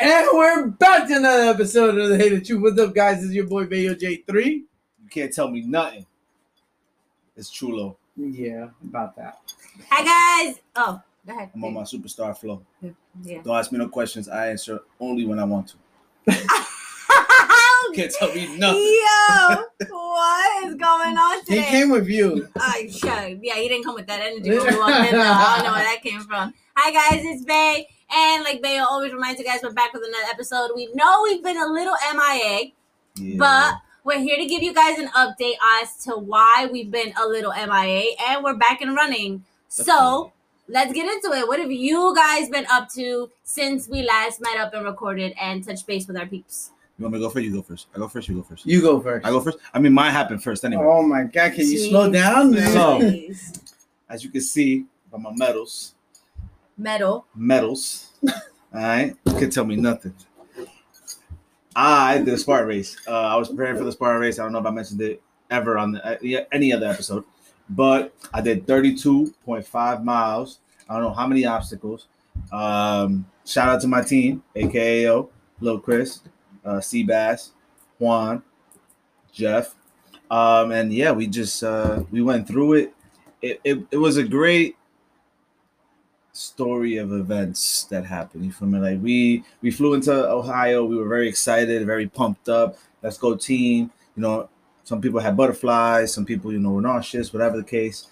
And we're back to another episode of the Hated Truth. What's up, guys? It's your boy Bayo J3. You can't tell me nothing. It's Chulo. Yeah, about that. Hi guys. Oh, go ahead. I'm on my superstar flow. Yeah. Don't ask me no questions. I answer only when I want to. You can't tell me nothing. Yo, what is going on He today? came with you. Oh, sure. Yeah, he didn't come with that energy. when we walked in, though. I don't know where that came from. Hi, guys, it's Bay. And like Bay always reminds you guys, we're back with another episode. We know we've been a little MIA, Yeah. but we're here to give you guys an update as to why we've been a little MIA and we're back and running. So let's get into it. What have you guys been up to since we last met up and recorded and touched base with our peeps? you want me to go first? You go first. I go first. You go first. You go first. I go first. I mean, mine happened first anyway. Oh my god, can you Jeez. slow down? man? So- Please. As you can see by my medals, Metal. medals. All right, you can tell me nothing. I did a Spartan race. Uh, I was preparing for the Spartan race. I don't know if I mentioned it ever on the, uh, yeah, any other episode, but I did 32.5 miles. I don't know how many obstacles. Um, shout out to my team, AKAO, Lil Chris, uh, C Bass, Juan, Jeff, um, and yeah, we just uh, we went through it. It, it. it was a great story of events that happened. You feel me? Like we we flew into Ohio. We were very excited, very pumped up. Let's go team. You know, some people had butterflies. Some people, you know, were nauseous. Whatever the case.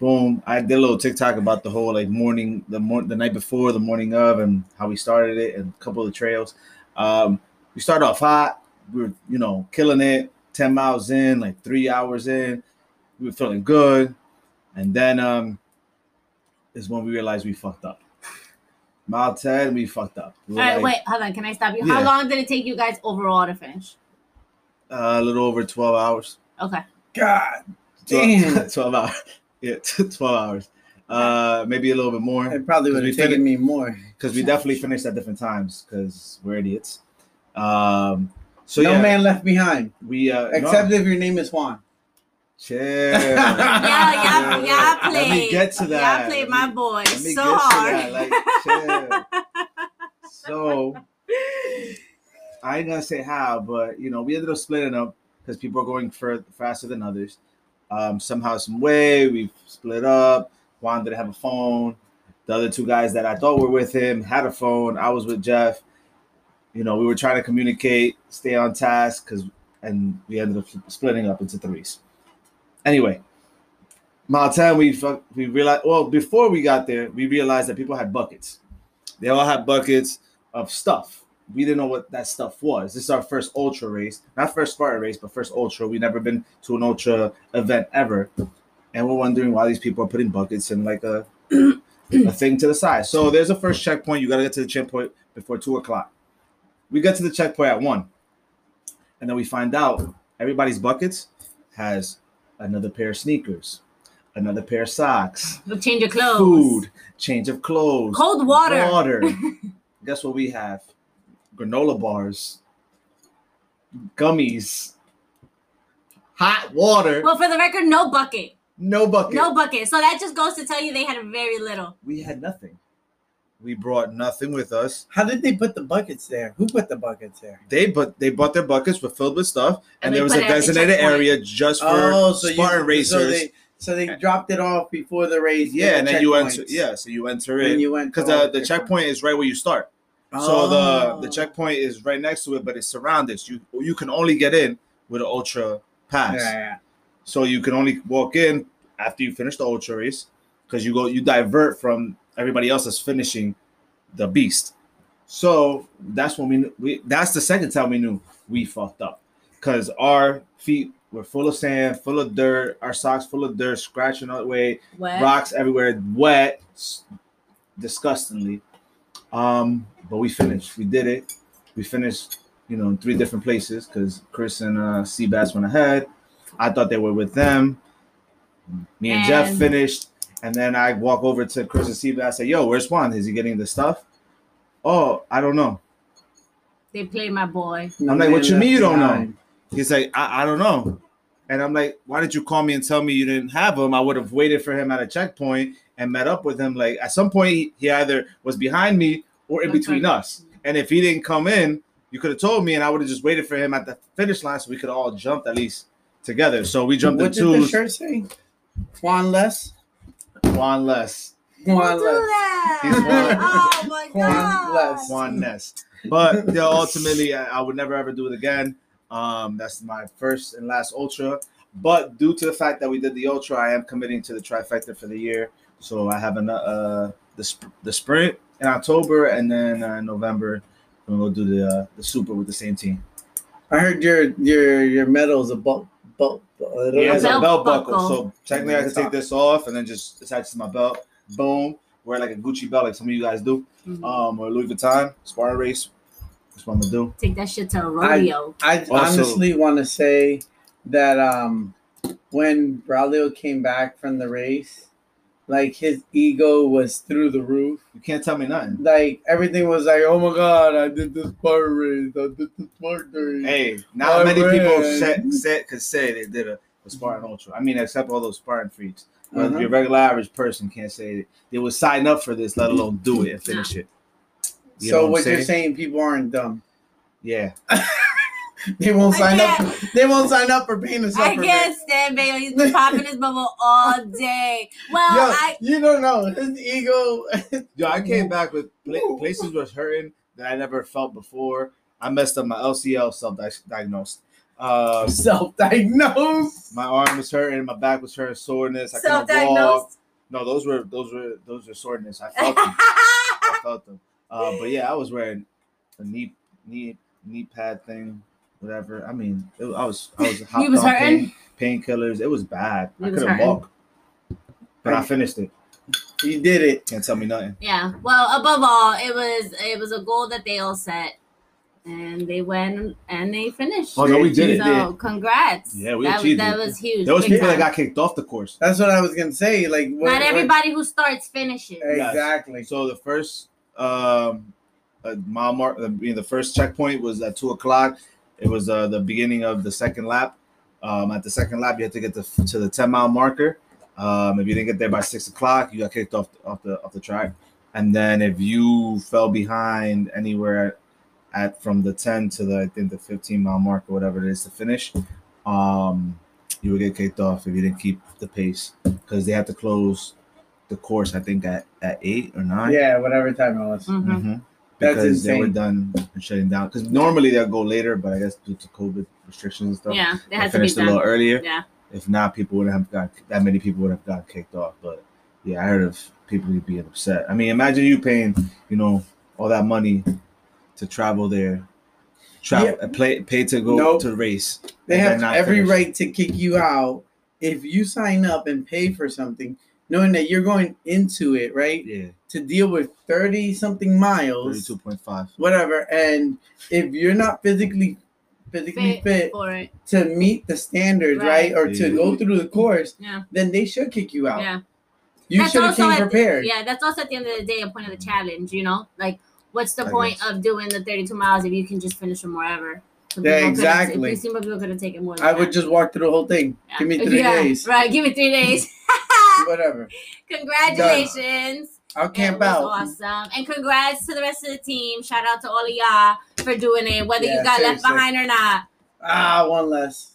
Boom! I did a little TikTok about the whole like morning, the mor- the night before, the morning of, and how we started it, and a couple of trails. Um, we started off hot. We were, you know, killing it. Ten miles in, like three hours in, we were feeling good, and then um, is when we realized we fucked up. Mile 10, we fucked up. We All were right, like, wait, hold on. Can I stop you? How Yeah. long did it take you guys overall to finish? uh, a little over 12 hours. Okay. God 12, damn. 12 hours. Yeah, 12 hours. Uh, maybe a little bit more It probably Because would we have taken finished- me more. because we definitely finished at different times because we're idiots. Um, so no yeah, man left behind. we uh, no. Except if your name is Juan. chill. Yeah, y'all, Yeah. y'all Let played. me get to that. Y'all Let played my me- boy Let me so get to hard. that, Like, chill. so I ain't gonna say how, but you know, we ended up splitting up because people are going for faster than others. Um, somehow, some way, we split up. Juan didn't have a phone. The other two guys that I thought were with him had a phone. I was with Jeff. You know, we were trying to communicate, stay on task, because and we ended up splitting up into threes. Anyway, mile ten, we fuck, we realized. Well, before we got there, we realized that people had buckets. They all had buckets of stuff. We didn't know what that stuff was. This is our first ultra race, not first Spartan race, but first ultra. We never been to an ultra event ever, and we're wondering why these people are putting buckets in like a a thing to the side. So there's a first checkpoint. You gotta get to the checkpoint before two o'clock. We get to the checkpoint at one, and then we find out everybody's buckets has another pair of sneakers, another pair of socks, Go Change your clothes. food, change of clothes, Cold water. Guess what we have? Granola bars, gummies, hot water, Well, for the record, no bucket. no bucket. No bucket. So that just goes to tell you they had very little. We had nothing. We brought nothing with us. How did they put the buckets there? Who put the buckets there? They but they bought their buckets were filled with stuff, and, they there was a put it at the designated checkpoint. area just for Spartan racers. Oh, So they, so they dropped it off before the race. in yeah, the and then you checkpoints. enter. Yeah, so you enter Then in you oh, went because to all the, the checkpoint is right where you start. checkpoints. So Oh. the the checkpoint is right next to it, but it's surrounded. You you can only get in with an ultra pass. Yeah, yeah. So you can only walk in after you finish the ultra race because you go you divert from everybody else that's finishing the beast. So that's when we, kn- we that's the second time we knew we fucked up because our feet were full of sand, full of dirt, our socks full of dirt, scratching our way, What? rocks everywhere, wet, s- disgustingly. Um, but we finished. We did it. We finished, you know, in three different places because Chris and uh, Seabass went ahead. I thought they were with them. Me and, Jeff And- finished, and then I walk over to Chris and Seabass. Say, "Yo, where's Juan? Is he getting the stuff?" Oh, I don't know. They played my boy. I'm like, what you mean you don't know? He's like, I, I don't know. And I'm like, why didn't you call me and tell me you didn't have him? I would have waited for him at a checkpoint and met up with him. Like at some point, he either was behind me or in Okay. between us. And if he didn't come in, you could have told me, and I would have just waited for him at the finish line so we could all jump at least together. So we jumped What in did the twos, shirt say? Juan less. one less, Juan Don't do less. that. He's one. Oh my One god. less. one less. But yeah, ultimately, I, I would never ever do it again. Um, that's my first and last ultra. But due to the fact that we did the ultra, I am committing to the trifecta for the year. So I have an, uh, the sp- the sprint in October, and then uh, in November, and we'll do the uh, the super with the same team. I heard your your your medal's a belt belt. Yeah, it's a Belt belt buckle. buckle. So technically, I can take this off and then just attach it to my belt. Boom. Wear like a Gucci belt, like some of you guys do, Mhm. um, or Louis Vuitton Spartan race. That's what I'm gonna do. Take that shit to a rodeo. I Also- honestly want to say that um, when Braulio came back from the race, like his ego was through the roof. You can't tell me nothing. Like everything was like, oh my god, I did this part race, I did this part race. Hey, not I many ran. people said, said could say they did a, a Spartan Ultra. I mean, except all those Spartan freaks. But Uh-huh. your regular average person can't say it. they would sign up for this, let alone do it and finish it. You know so I'm what you're saying? saying, people aren't dumb. Yeah, They won't I sign up. can't- They won't sign up for being a I suffragette. can't stand Bailey. He's been popping his bubble all day. Well, Yo, I you don't know his ego. Yo, I came back with pla- places was hurting that I never felt before. I messed up my LCL self-diagnosed. Uh, Self-diagnosed. my arm was hurting, my back was hurting, soreness. I couldn't walk. self-diagnosed. No, those were those were those were soreness. I felt them. I felt them. Uh, but yeah, I was wearing a knee knee knee pad thing, whatever. I mean, it, I was I was hopped was on hurting? pain- painkillers. It was bad. You I was couldn't hurting? walk, but I finished it. You did it. Can't tell me nothing. Yeah. Well, above all, it was it was a goal that they all set, and they went and they finished. Oh no, we did it. so congrats. Yeah, we that was, achieved that it. was huge. There was big people that time. got kicked off the course. That's what I was gonna say. Like what- Not what- everybody who starts finishes. Exactly. So the first um, uh, mile mark, I mean, the first checkpoint was at two o'clock. It was uh, the beginning of the second lap. Um, at the second lap, you had to get to, to the ten mile marker. Um, if you didn't get there by six o'clock, you got kicked off off the off the track. And then if you fell behind anywhere at from the ten to the I think the fifteen mile mark or whatever it is to finish, um, you would get kicked off if you didn't keep the pace because they had to close the course I think at at eight or nine. Yeah, whatever time it was. Mhm. Mhm. That's Because they were insane. done and shutting down. Because normally they'll go later, but I guess due to COVID restrictions and stuff, Yeah, they they had to be finished a little done. earlier. Yeah. If not, people would have got that many people would have got kicked off. But yeah, I heard of people being upset. I mean, imagine you paying, you know, all that money to travel there, travel, play, pay to go Nope. to race. They And have they're not every finished. right to kick you out if you sign up and pay for something, knowing that you're going into it right Yeah, to deal with thirty something miles, thirty-two point five. whatever. And if you're not physically physically Fit fit for it. to meet the standards, Right. right, or to Yeah. go through the course, Yeah. then they should kick you out. Yeah. You That's should have also came at the- prepared. Yeah, that's also at the end of the day a point of the challenge, you know? Like what's the I point guess. of doing the 32 miles if you can just finish them wherever? Some Yeah, people could've- exactly. It seemed like people could have taken more than I would that. just walk through the whole thing. Yeah. Give me three Yeah, days. Right, give me three days. Whatever. Congratulations. I'll It camp was out. Awesome. And congrats to the rest of the team. Shout out to all of y'all for doing it, whether you Yeah, got left seriously. behind or not. Ah, one less.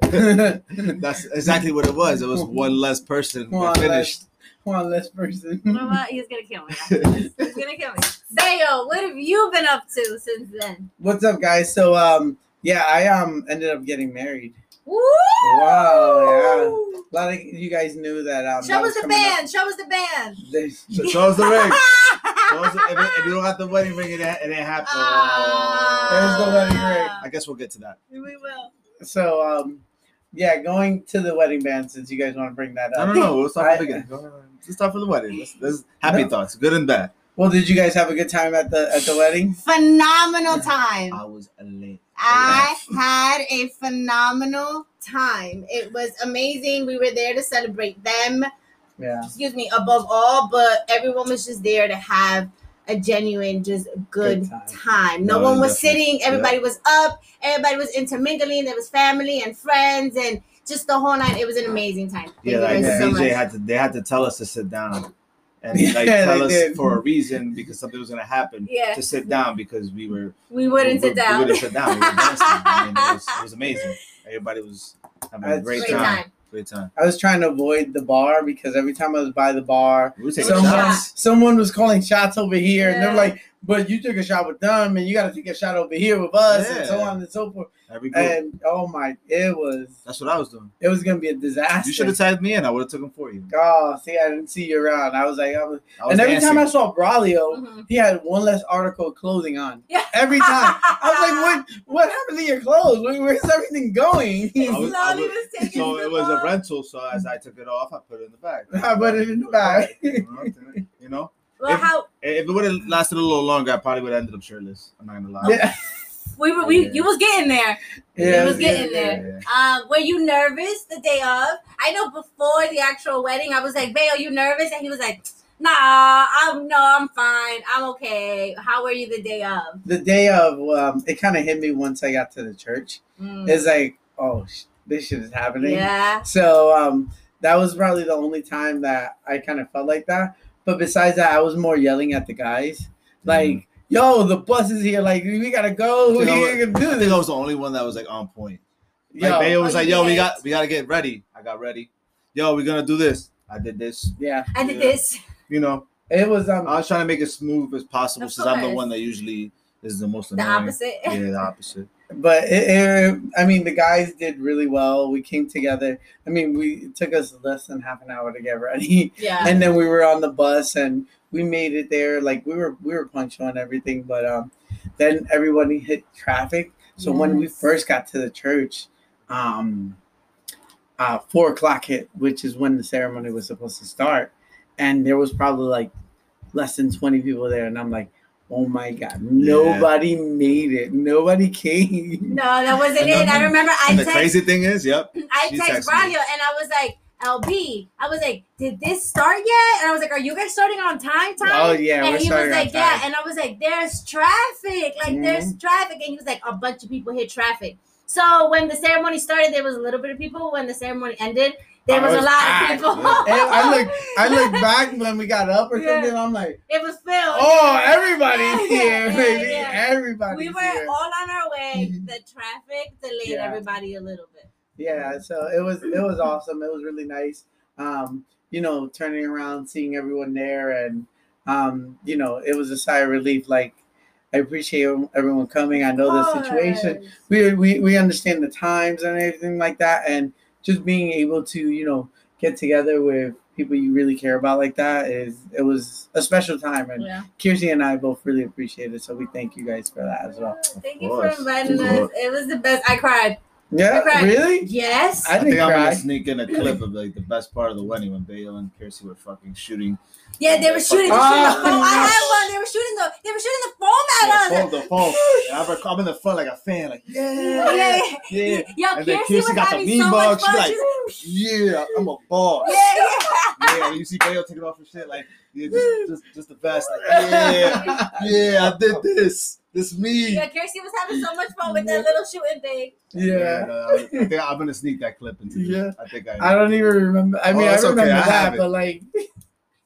That's exactly what it was. It was one less person One that finished. one less person. You know what? He's gonna kill me. He's gonna kill me. Sayo, what have you been up to since then? What's up, guys? So, um, yeah, I um ended up getting married. Woo! Wow, A lot of you guys knew that. Um, that Show us the coming up. band. Show us the band. There's- So show us the ring. Show us- if, it- if you don't got the wedding ring, it ain't, it ain't happening. There's the wedding ring. I guess we'll get to that. ring. Ah. We will. So, um, yeah, going to the wedding band since you guys want to bring that No, up. no, no. We'll start I- from the beginning. Go ahead. Let's start from the wedding. Let's, let's, happy thoughts, good and bad. Well, did you guys have a good time at the at the wedding? Phenomenal time. I was late. I had a phenomenal time. It was amazing. We were there to celebrate them. Yeah. excuse me, above all, but everyone was just there to have a genuine, just good, Good time. time. No, No, one was definitely. sitting. Everybody was up. Everybody was intermingling. There was family and friends and just the whole night. It was an amazing time. Thank Yeah, you like guys the Yeah. so much. DJ had to they had to tell us to sit down. And Yeah, like tell they us did. for a reason because something was gonna happen yeah, to sit down because we were we wouldn't we, sit down. We wouldn't sit down. We were dancing. I mean, it, was, it was amazing. Everybody was having a That's great, Great time. time. Great time. I was trying to avoid the bar because every time I was by the bar, We were taking Someone- someone, shots. someone was calling shots over here, and they're Yeah. like, "But you took a shot with them, and you got to take a shot over here with us, and so Yeah. on and so forth." Every group. And oh my, it was That's what I was doing. it was gonna be a disaster. You should have tagged me in. I would have took them for you. Oh, see, I didn't see you around. I was like, I was, I was and every time I dancing. saw Braulio, Mhm. he had one less article of clothing on. Yeah. Every time. I was like, what what happened to your clothes? Where- Where's everything going? He I was- slowly I was- was taking so the it was a ball. rental. So as I took it off, I put it in the bag. I put it in the bag. You know, Well, if- how if it would have lasted a little longer, I probably would have ended up shirtless. I'm not gonna lie. Yeah. we were, we Yeah. you was getting there. Yeah, it was yeah, getting yeah. there. Um, were you nervous the day of? I know before the actual wedding, I was like, "Babe, are you nervous?" And he was like, "Nah, I'm no, I'm fine, I'm okay." How were you the day of? The day of, um, it kind of hit me once I got to the church. Mm. It's like, oh, sh- this shit is happening. yeah, So um, that was probably the only time that I kind of felt like that. But besides that, I was more yelling at the guys, like, "Yo, the bus is here! Like, we gotta go. I We think I was- gotta I do think this." I was the only one that was like on point. Like Yo, Bayo was Oh, like, you "Yo, we did. got we gotta get ready." I got ready. Yo, we're gonna do this. I did this. yeah, I did Yeah. this. You know, it was. Um, I was trying to make it smooth as possible Of since I'm the course. one that usually is the most The annoying. opposite. Yeah, the opposite. but it, it, I mean, the guys did really well. We came together. I mean, we it took us less than half an hour to get ready, Yeah. and then we were on the bus and we made it there. Like we were, we were punctual and everything. But um, then everyone hit traffic. So when we Yes. first got to the church, um, uh, four o'clock hit, which is when the ceremony was supposed to start, and there was probably like less than twenty people there, and I'm like, oh my god, nobody made it, nobody came. No, that wasn't And it. then- I remember I And the texted crazy thing is, yep. I She text texted Braulio me. and I was like, LB, I was like, did this start yet? And I was like, are you guys starting on time? Time? Oh yeah, and we're he was starting on like, yeah. time. Mm-hmm. And I was like, there's traffic. Like, there's traffic. And he was like, a bunch of people hit traffic. So when the ceremony started, there was a little bit of people. When the ceremony ended, there Oh, was, it was a lot packed. of people. And I look, I look back when we got up or Yeah. something. I'm like, it was filled. oh, Yeah, everybody's yeah, here, yeah, baby, yeah. everybody's We were here. all on our way. Mhm. The traffic delayed Yeah. everybody a little bit. yeah so it was it was awesome it was really nice um you know turning around seeing everyone there and um you know it was a sigh of relief like i appreciate everyone coming i know the situation Yes. we, we we understand the times and everything like that and just being able to you know get together with people you really care about like that is it was a special time and Yeah. Kiersey and I both really appreciate it so we thank you guys for that as well Thank Of you for course. inviting Of us. course. It was the best. I cried. yeah Okay. really Yes. I I think didn't I'm cry gonna sneak in a clip of like the best part of the wedding when Bayo and Kirsty were fucking shooting. yeah, they were shooting. They were shooting Oh, the phone. I no. had one. They were shooting the. They were shooting the foam at The us. phone, the phone. And I rec- I'm in the front like a fan, like yeah, yeah, Yeah, yeah, yeah. And Yo, then Kiersey was Kiersey got the having mean so much mug. She fun. like- She was yeah, I'm a boss. like, yeah, yeah. Yeah, and you see Bayo taking off her shit, like yeah, just, just, just the best. Like, yeah, yeah, I did this. This me. Yeah, Kiersey was having so much fun with that little shooting thing. yeah. no, I think I'm gonna sneak that clip into. this. Yeah. I think I. I don't even remember. I Oh, mean, I that's okay. remember I have that, it. but like,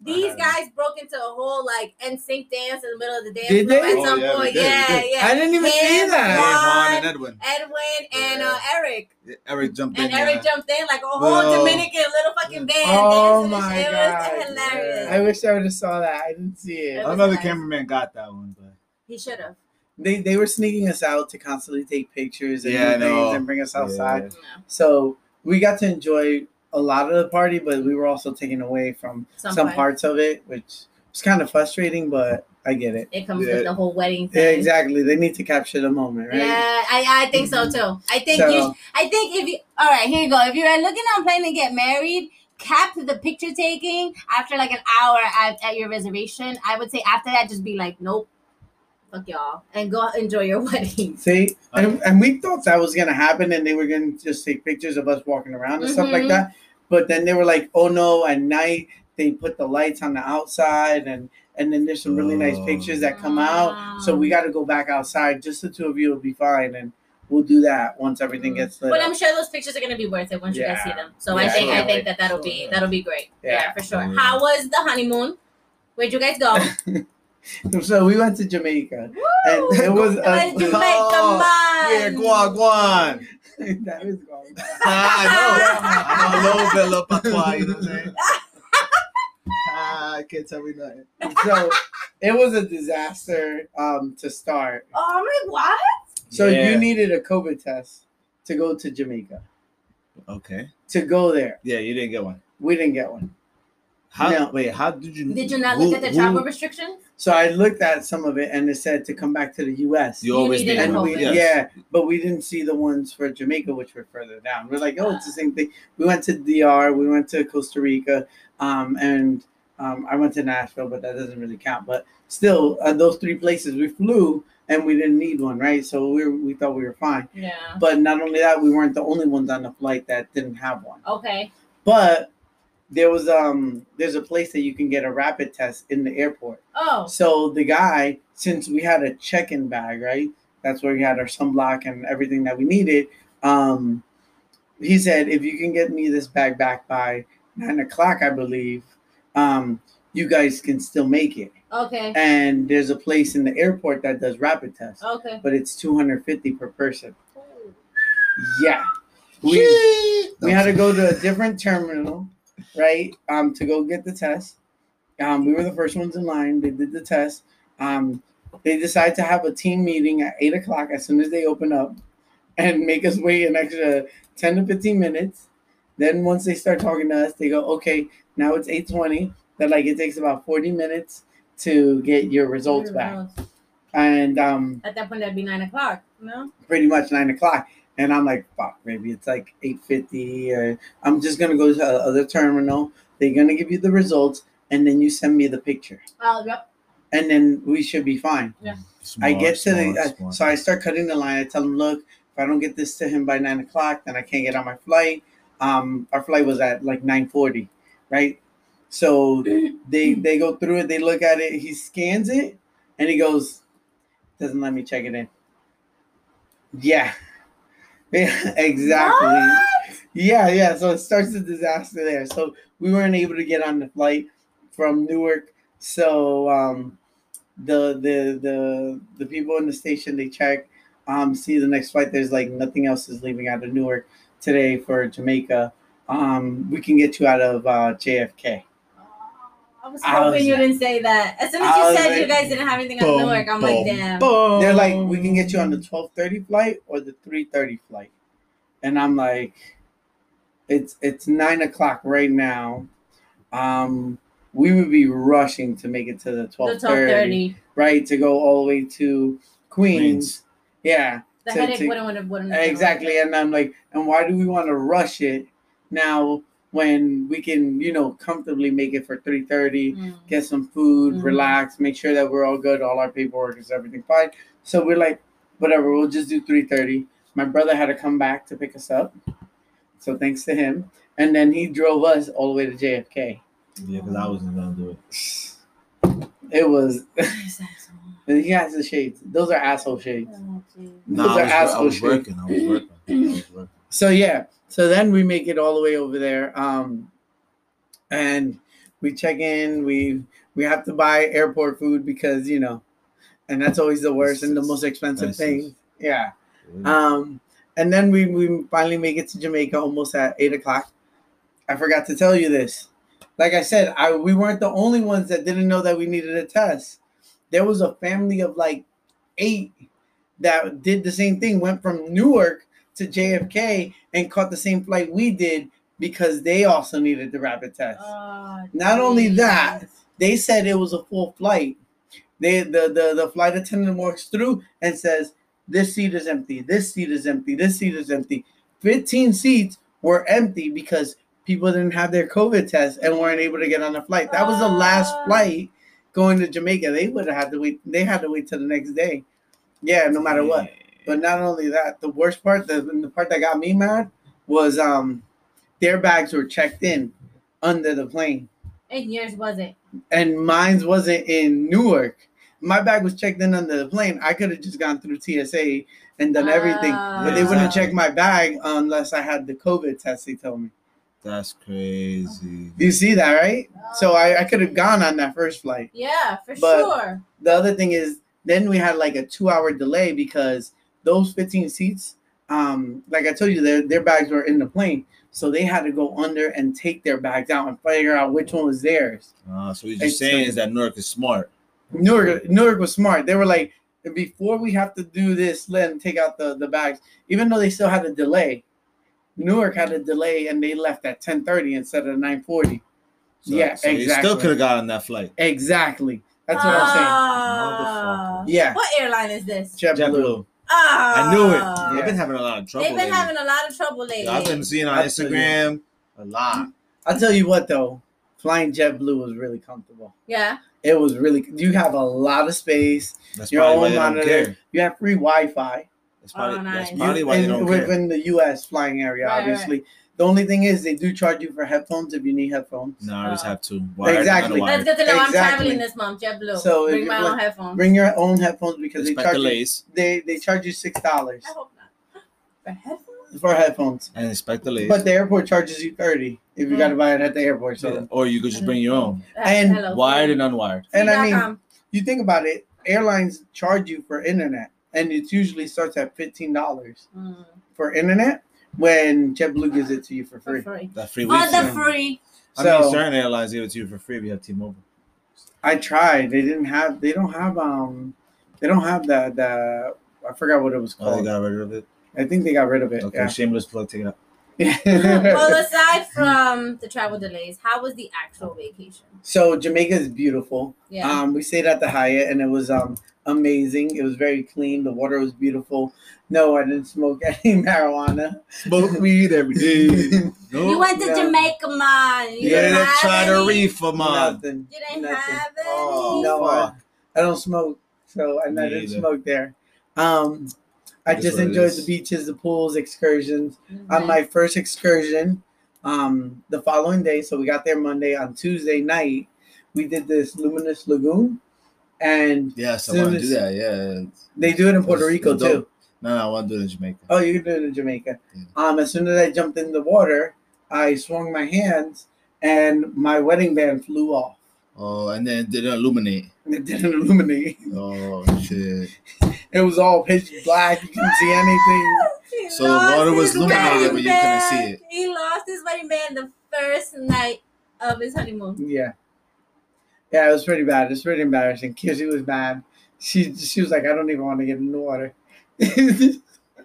These I guys broke into a whole like NSYNC dance in the middle of the dance. Did floor they? At some Oh, yeah, we point, did, we yeah, did. yeah. I didn't even see Hands that. Hey, Juan and Juan, Edwin. Edwin and uh, Eric. Yeah, Eric jumped And in. Eric yeah. jumped in like a whole Well- Dominican little fucking band. oh dancing and my shit. god, It was hilarious. I wish I would have saw that. I didn't see I it. don't know if the cameraman got that one, but He should have. They they were sneaking us out to constantly take pictures and Yeah, I do things know. and bring us outside. Yeah. So we got to enjoy a lot of the party, but we were also taken away from Some some, part. parts of it, which was kind of frustrating. But I get it. It comes Yeah. with the whole wedding thing. Yeah, exactly. They need to capture the moment, right? Mm-hmm. Yeah, I, I think so too. I think So- you. I think if you. All right, here you go. If you're looking on planning to get married, cap the picture taking after like an hour at, at your reservation. I would say after that, just be like, nope, fuck y'all, and go enjoy your wedding. See, and, and we thought that was gonna happen, and they were gonna just take pictures of us walking around and stuff Mhm. like that. But then they were like, "Oh no!" At night, they put the lights on the outside, and and then there's some really nice pictures that come out. So we got to go back outside. Just the two of you will be fine, and we'll do that once everything gets lit. But up. I'm sure those pictures are gonna be worth it once you guys see Yeah. them. So I Yeah, think I sure. think that that'll be Sure. that'll be great. Yeah, Yeah. for sure. Mm. How was the honeymoon? Where'd you guys go? so we went to Jamaica, Woo! and it was a, Let's do it, come on. Oh, Yeah, guan, guan. that is going back. I know. I'm all over La Patois, you know what I'm saying? Ah, I can't tell me nothing. so it was a disaster um, to start. Oh my god! So Yeah. you needed a COVID test to go to Jamaica. Okay. To go there, Yeah, you didn't get one. we didn't get one. How? No. Wait, how did you? Did you not who- look at the who- travel restrictions? So I looked at some of it, and it said to come back to the U.S. You You always needed need a and one. we, Yes. yeah, but we didn't see the ones for Jamaica, which were further down. We're like, oh, it's the same thing. We went to DR, we went to Costa Rica, um, and um, I went to Nashville, but that doesn't really count. But still, uh, those three places we flew, and we didn't need one, right? So we were, we thought we were fine. Yeah. But not only that, we weren't the only ones on the flight that didn't have one. Okay. But there was um, there's a place that you can get a rapid test in the airport. Oh. So the guy, since we had a check-in bag, right? That's where we had our sunblock and everything that we needed. Um, he said, if you can get me this bag back by nine o'clock, I believe, um, you guys can still make it. Okay. And there's a place in the airport that does rapid tests, Okay. but it's 250 per person. Ooh. Yeah. We, we had to go to a different terminal, right? Um, to go get the test. Um, we were the first ones in line. They did the test. Um, they decided to have a team meeting at eight o'clock as soon as they open up, and make us wait an extra ten to fifteen minutes. Then once they start talking to us, they go, "Okay, now it's eight twenty. That like it takes about forty minutes to get your results back, and um, At that point, that'd be nine o'clock. No. pretty much nine o'clock. And I'm like, fuck, maybe it's like 8.50 or I'm just going to go to the other terminal. They're going to give you the results and then you send me the picture Oh, yep. and then we should be fine. I Smart, get to the, uh, smart, I- smart. so I start cutting the line. I tell him, look, if I don't get this to him by nine o'clock, then I can't get on my flight. Um, our flight was at like 9.40, right? So they, they go through it. They look at it. He scans it and he goes, doesn't let me check it in. Yeah. Yeah, exactly. Yeah, yeah. So it starts the disaster there. So we weren't able to get on the flight from Newark. So um, the the the the people in the station they check, um, see the next flight. There's like nothing else is leaving out of Newark today for Jamaica. Um, we can get you out of uh, JFK. Oh, I was I hoping was you like- didn't say that. As soon as I you was said like, you guys didn't have anything on Boom, Newark, I'm like, boom, damn. boom. They're like, we can get you on the twelve thirty flight or the three thirty flight, and I'm like, it's it's nine o'clock right now. Um, we would be rushing to make it to the The twelve twelve thirty, thirty. right? To go all the way to Queens. Queens. Yeah, The To- headache to- wouldn't wouldn't wouldn't. exactly. And I'm like, and why do we want to rush it now when we can, you know, comfortably make it for three thirty? Mm. get some food, Mhm. relax, make sure that we're all good, all our paperwork is everything fine. So we're like, whatever, we'll just do 3:30. My brother had to come back to pick us up. So thanks to him. And then he drove us all the way to JFK. Yeah, because I wasn't gonna do it. It was Nice asshole. he has the shades. Those are asshole shades. Oh, geez. Those are I was, I asshole was shades. working. I was working. I was working. So yeah. So then we make it all the way over there. Um and we check in, we we have to buy airport food because, you know, and that's always the worst and the most expensive Expensive. thing. Yeah. Mm-hmm. Um, and then we, we finally make it to Jamaica almost at eight o'clock. I forgot to tell you this. Like I said, I we weren't the only ones that didn't know that we needed a test. There was a family of like eight that did the same thing, went from Newark to JFK and caught the same flight we did because they also needed the rapid test. Oh, Not only geez. that, they said it was a full flight. They the, the the flight attendant walks through and says, "This seat is empty. This seat is empty. This seat is empty." Fifteen seats were empty because people didn't have their COVID test and weren't able to get on the flight. That was the last Ah. flight going to Jamaica. They would have had to wait. They had to wait till the next day. Yeah, no matter what. But not only that, the worst part, the, the part that got me mad was um their bags were checked in under the plane. And yours wasn't. and mine wasn't in Newark. My bag was checked in under the plane. I could have just gone through TSA and done everything, but they wouldn't Ah. check my bag unless I had the COVID test. They told me. That's crazy. You see that, right? So I, I could have gone on that first flight. Yeah, for But- sure. The other thing is, then we had like a two-hour delay because those 15 seats, um, like I told you, their their bags were in the plane, so they had to go under and take their bags out and figure out which one was theirs. Uh, so what you're It's saying a- is that Newark is smart. Newark, Newark was smart. They were like, before we have to do this, let them take out the, the bags. Even though they still had a delay, Newark had a delay and they left at 1030 instead of 940. So, Yeah, so They still exactly. could have got on that flight. Exactly. That's what I'm Ah. saying. Yeah. What airline is this? JetBlue. JetBlue. Ah. I knew it. Yeah. I've been having a lot of trouble. They've been lately. having a lot of trouble lately. I've been seeing on I'll tell you. Instagram a lot. I'll tell you what though, flying JetBlue was really comfortable. yeah. It was really you have a lot of space. That's Your probably why own they don't monitor. care. You have free Wi-Fi. That's probably, Oh, that's nice. probably You- why they in- don't care. within the U.S. flying area, Right, right. obviously. The only thing is, they do charge you for headphones if you need headphones. No, I just Oh. have to. Wired and Exactly. unwired. That's good to know. I'm Exactly. traveling this month, JetBlue. So if Bring you my like- own headphones. Bring your own headphones because they Respect charge the you, lace. they they charge you six dollars I hope not. For headphones? for headphones, And inspect the lace. but the airport charges you thirty if you Mm. got to buy it at the airport. So, or you could just bring your own. And Ah, Hello. Wired and unwired. and I mean, Free.com. you think about it, airlines charge you for internet, and it usually starts at fifteen dollars Mm, for internet when JetBlue gives it to you for for free. free. That free For week. Oh, the free. I So- mean, certain airlines give it to you for free if you have T-Mobile. I tried. They didn't have. They don't have. Um, they don't have the the. I forgot what it was Oh, they called. got rid of it. I think they got rid of it. Okay, yeah. shameless plug. Take it out. well, aside from the travel delays, how was the actual vacation? so Jamaica is beautiful. Yeah. Ah, Um, we stayed at the Hyatt and it was um amazing. It was very clean. The water was beautiful. No, I didn't smoke any marijuana. Smoke weed every day. No. you went to no. Jamaica, man. Yeah, You Yeah, didn't they have tried any. to reef them on. Nothing. You didn't nothing. have any. Oh, No, I, fuck. I don't smoke, so I, I Me didn't either. smoke there. Um, I That's just what it enjoyed is. the beaches, the pools, excursions. Mm-hmm. on my first excursion um the following day so we got there monday on tuesday night we did this luminous lagoon and Yes, I want Soon to do as- that. Yeah. they do it in puerto That's- rico that's dope. too No, no, I want to do it in Jamaica. oh you can do it in jamaica Yeah. um as soon as i jumped in the water i swung my hands and my wedding band flew off Oh, and then did it illuminate? And it didn't illuminate Oh shit! it was all pitch black you couldn't see anything He So the lost water was his illuminated, wedding but you couldn't see band. it. He lost his wedding band the first night of his honeymoon. Yeah. Yeah, it was pretty bad. It's pretty embarrassing. Kizzy was mad. She she was like, I don't even want to get in the water. no,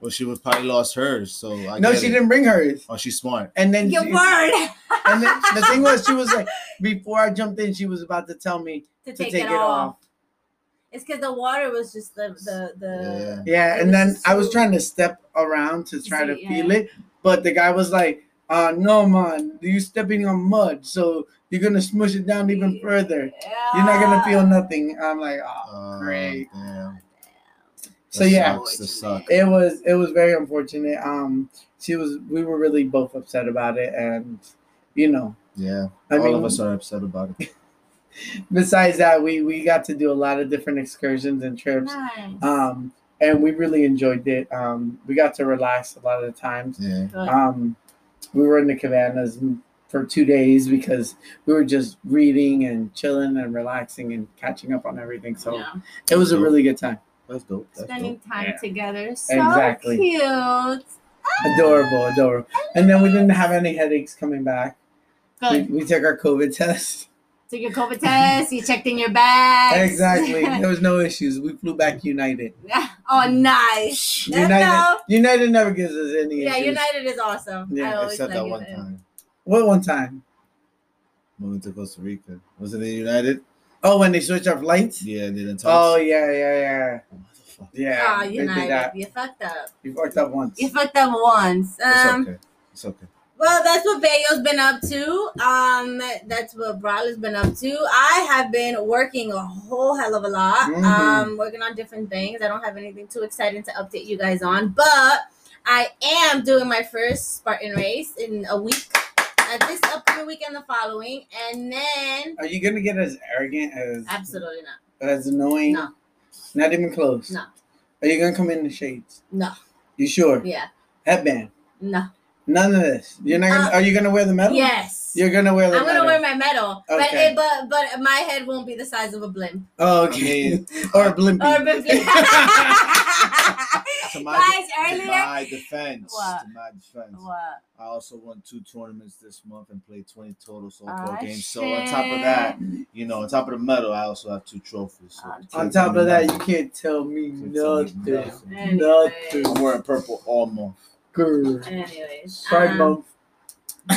Well, she was probably lost hers. So I get she it. didn't bring hers. Oh, she's smart. And then Your she- word and then the thing was she was like before I jumped in, she was about to tell me to to take, it, off. off. It's because the water was just the the the. Yeah. Yeah, It and was then I was so- trying to step around to try to See, feel yeah. it, but the guy was like, uh no man, you stepping on mud, so you're gonna smush it down even further. You're not gonna Ah. feel nothing. I'm like, oh Oh, Great. Damn. so That yeah. sucks. This sucks. it was it was very unfortunate um she was we were really both upset about it and you know Yeah. i All of mean us are upset about it. besides that we we got to do a lot of different excursions and trips Nice. um and we really enjoyed it um we got to relax a lot of the times Yeah. Good. um we were in the cabanas for two days because we were just reading and chilling and relaxing and catching up on everything so Yeah. it was a really good time That's dope. That's spending dope. time Yeah. together. So Exactly. cute. adorable adorable and then we didn't have any headaches coming back We, Good. we took our COVID test. Took your COVID test. You checked in your bags. Exactly. There was no issues. We flew back United. oh, nice. That's United how- United never gives us any Yeah, issues. United is awesome. I Yeah, always Except like that one United. time What one time? moving to Costa Rica. Was it in United? Oh, when they switched our flights? Yeah, they didn't Oh talk. yeah, yeah, yeah. Oh, Yeah. Ah, they did United. that. You fucked up. You fucked up once. You fucked up once. it's Um, okay. It's okay. Well, that's what Bayo's been up to. Um, that's what Brawler's been up to. I have been working a whole hell of a lot. Mhm. Um, working on different things. I don't have anything too exciting to update you guys on, but I am doing my first Spartan race in a week. uh, this upcoming weekend, the following, and then Are you gonna get as arrogant as absolutely not. as annoying? No. Not even close. No. Are you gonna come in the shades? No, You sure? yeah, Headband. no. None of this. You're not. Gonna, Uh, are you gonna wear the medal? Yes, You're gonna wear the I'm medal. gonna wear my medal, but Okay. it, but but my head won't be the size of a blimp oh, okay. or a blimpie. or a blimp. To my, Guys, to earlier. my defense, What? to my defense, What? I also won two tournaments this month and played 20 total softball Ah, games. So on top of that, you know, on top of the medal, I also have two trophies. So Ah, On top of that, you can't tell me Can't tell me nothing. nothing. Anyways, Nothing. I'm wearing purple all month. Girl. anyways. Sorry, um, Mom.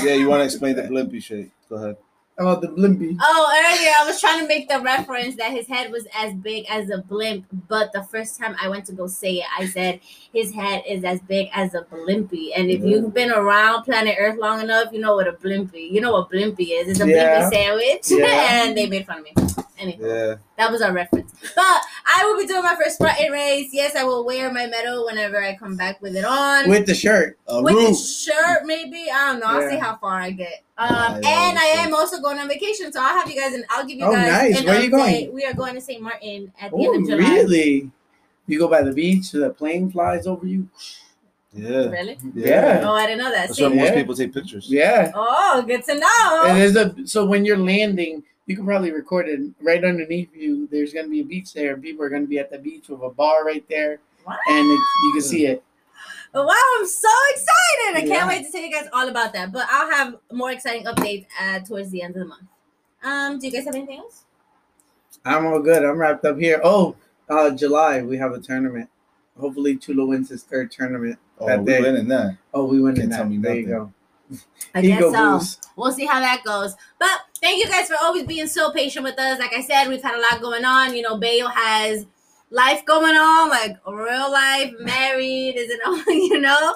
Yeah, you want to explain the blimpy shit? Go ahead. About the blimpie. Oh, earlier I was trying to make the reference that his head was as big as a blimp, but the first time I went to go say it, I said his head is as big as a blimpy. And if you've been around planet Earth long enough, you know what a blimpy. You know what blimpy is. It's a Yeah. blimpy sandwich, Yeah. and they made fun of me. Anyway, Yeah. that was our reference. But I will be doing my first Spartan race. Yes, I will wear my medal whenever I come back with it on. With the shirt. A with roof. the shirt, maybe. I don't know. I'll Yeah. see how far I get. Yeah, Um, yeah, and I sure. am also going on vacation, so I'll have you guys and I'll give you Oh, guys. nice. an Where you update. going? We are going to St. Martin at the Oh, end of July. really? You go by the beach, the plane flies over you. Yeah. Really? Yeah. Oh, I didn't know that. That's See? why most Yeah. people take pictures. Yeah. Oh, good to know. And there's a so when you're landing, you can probably record it right underneath you. There's gonna be a beach there, and people are gonna be at the beach with a bar right there, Wow. and it, you can see it. Wow, I'm so excited. I can't Yeah. wait to tell you guys all about that. But I'll have more exciting updates uh, towards the end of the month. Um, do you guys have anything else? I'm all good. I'm wrapped up here. Oh, uh, July we have a tournament. Hopefully, Tula wins his third tournament. Oh, That we day. winning that. Oh, we win in Can't tell that. me There you go. nothing. I Ego guess um, so. boost. we'll see how that goes. But thank you guys for always being so patient with us. Like I said, we've had a lot going on. You know, Bayo has life going on, like real life, married, is an you know, a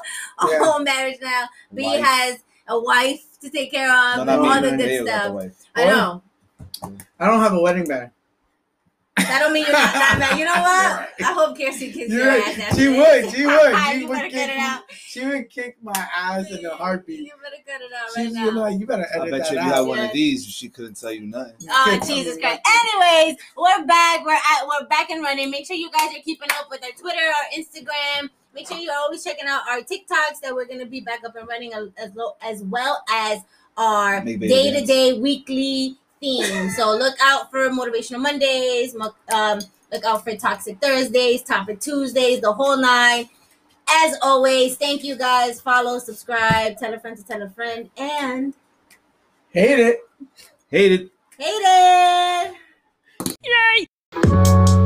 Yeah. whole marriage now. B Wife. has a wife to take care of, No, and not me, all the man. Mayo good got the stuff. wife. I know. I don't have a wedding band. That don't mean you're not that mad. You know what? I hope Kirsty kisses your You're ass. right. after She this. would, she would, she you would better kick cut it me out. She would kick my ass in a heartbeat. You better cut it out right She's now. like, you better edit I bet that you if you out. had one of these, she couldn't tell you nothing. Oh Kick Jesus me. Christ! Anyways, we're back. We're at we're back and running. Make sure you guys are keeping up with our Twitter, our Instagram. Make sure you're always checking out our TikToks that we're gonna be back up and running a- as lo- as well as our Make baby day to day weekly theme. so look out for motivational Mondays. mo- Um, look out for toxic Thursdays, topic Tuesdays, the whole nine. As always, thank you guys. Follow, subscribe, tell a friend to tell a friend, and Hate it. Hate it. hate it.